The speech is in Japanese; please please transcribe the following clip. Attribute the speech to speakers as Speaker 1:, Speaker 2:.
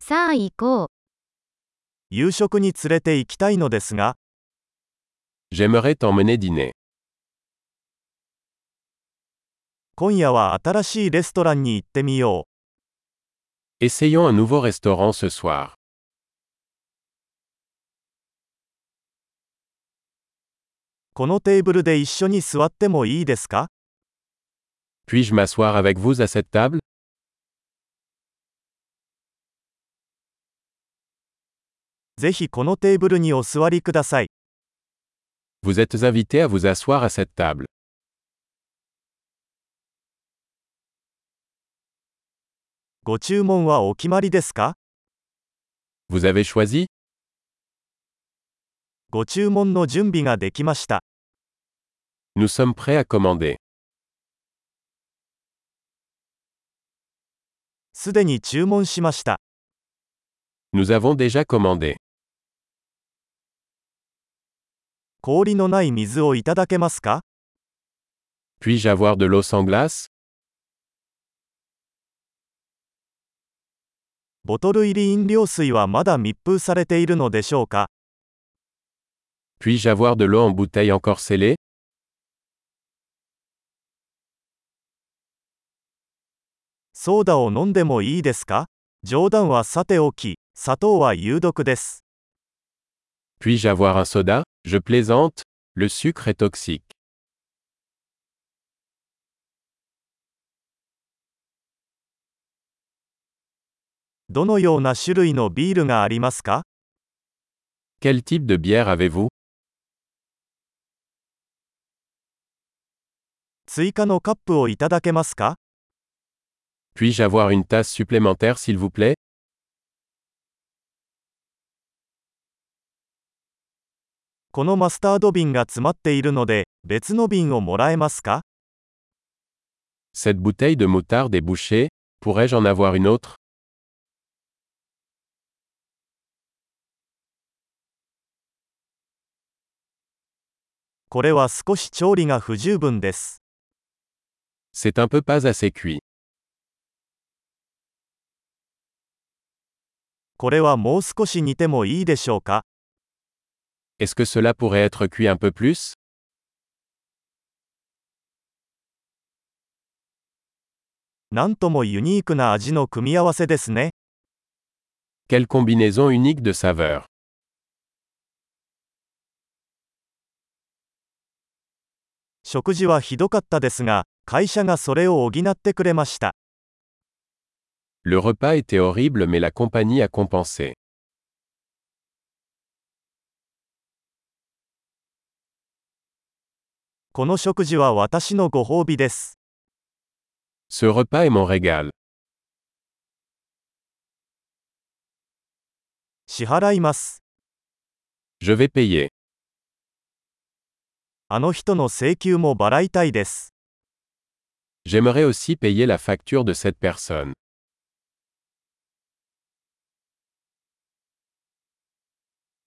Speaker 1: さあ行こう。
Speaker 2: 夕食に連れて行きたいのですが、
Speaker 3: J'aimerais t'emmener dîner.
Speaker 2: 今夜は新しいレストランに行ってみよ
Speaker 3: Essayons un nouveau restaurant ce
Speaker 2: う。
Speaker 3: soir.
Speaker 2: このテーブルで一緒に座ってもいいですか
Speaker 3: Puis-je m'asseoir avec vous à cette table
Speaker 2: ぜひこのテーブルにお座りください。
Speaker 3: Vous êtes invité à vous asseoir à cette table.
Speaker 2: ご注文はお決まりですか
Speaker 3: Vous avez choisi
Speaker 2: ご注文の準備ができました。
Speaker 3: Nous sommes prêts à commander.
Speaker 2: すでに注文しました。
Speaker 3: Nous avons déjà commandé.
Speaker 2: 氷のない水をいただけますか
Speaker 3: Puis-je avoir de l'eau sans glace
Speaker 2: ボトル入り飲料水はまだ密封されているのでしょうか
Speaker 3: Puis-je avoir de l'eau en bouteille encore scellée
Speaker 2: ソーダを飲んでもいいですか冗談はさておき、砂糖は有毒です。
Speaker 3: Puis-je avoir un soda Je plaisante. Le sucre est toxique.
Speaker 2: どのような種類のビールがありますか
Speaker 3: Quel type de bière avez-vous
Speaker 2: 追加のカップをいただけますか
Speaker 3: Puis-je avoir une tasse supplémentaire s'il vous plaît
Speaker 2: このマスタード瓶が詰まっているので、別の瓶をもらえますか
Speaker 3: Cette bouteille de moutarde est bouchée. Pourrais-je en avoir une autre
Speaker 2: これは少し調理が不十分です。
Speaker 3: C'est un peu pas assez cuit.
Speaker 2: これはもう少し煮てもいいでしょうか
Speaker 3: Est-ce que cela pourrait être cuit un peu plus
Speaker 2: なんともユニークな味の組み合わせですね。
Speaker 3: Quelle combinaison unique de saveurs.
Speaker 2: 食事はひどかったですが、会社がそれを補ってくれました。
Speaker 3: Le repas était horrible mais la compagnie a compensé.
Speaker 2: この食事は私のご褒美です。
Speaker 3: Ce repas est mon régal.
Speaker 2: 支払います。
Speaker 3: Je vais payer.
Speaker 2: あの人の請求も払いたいです。
Speaker 3: J'aimerais aussi payer la facture de cette personne.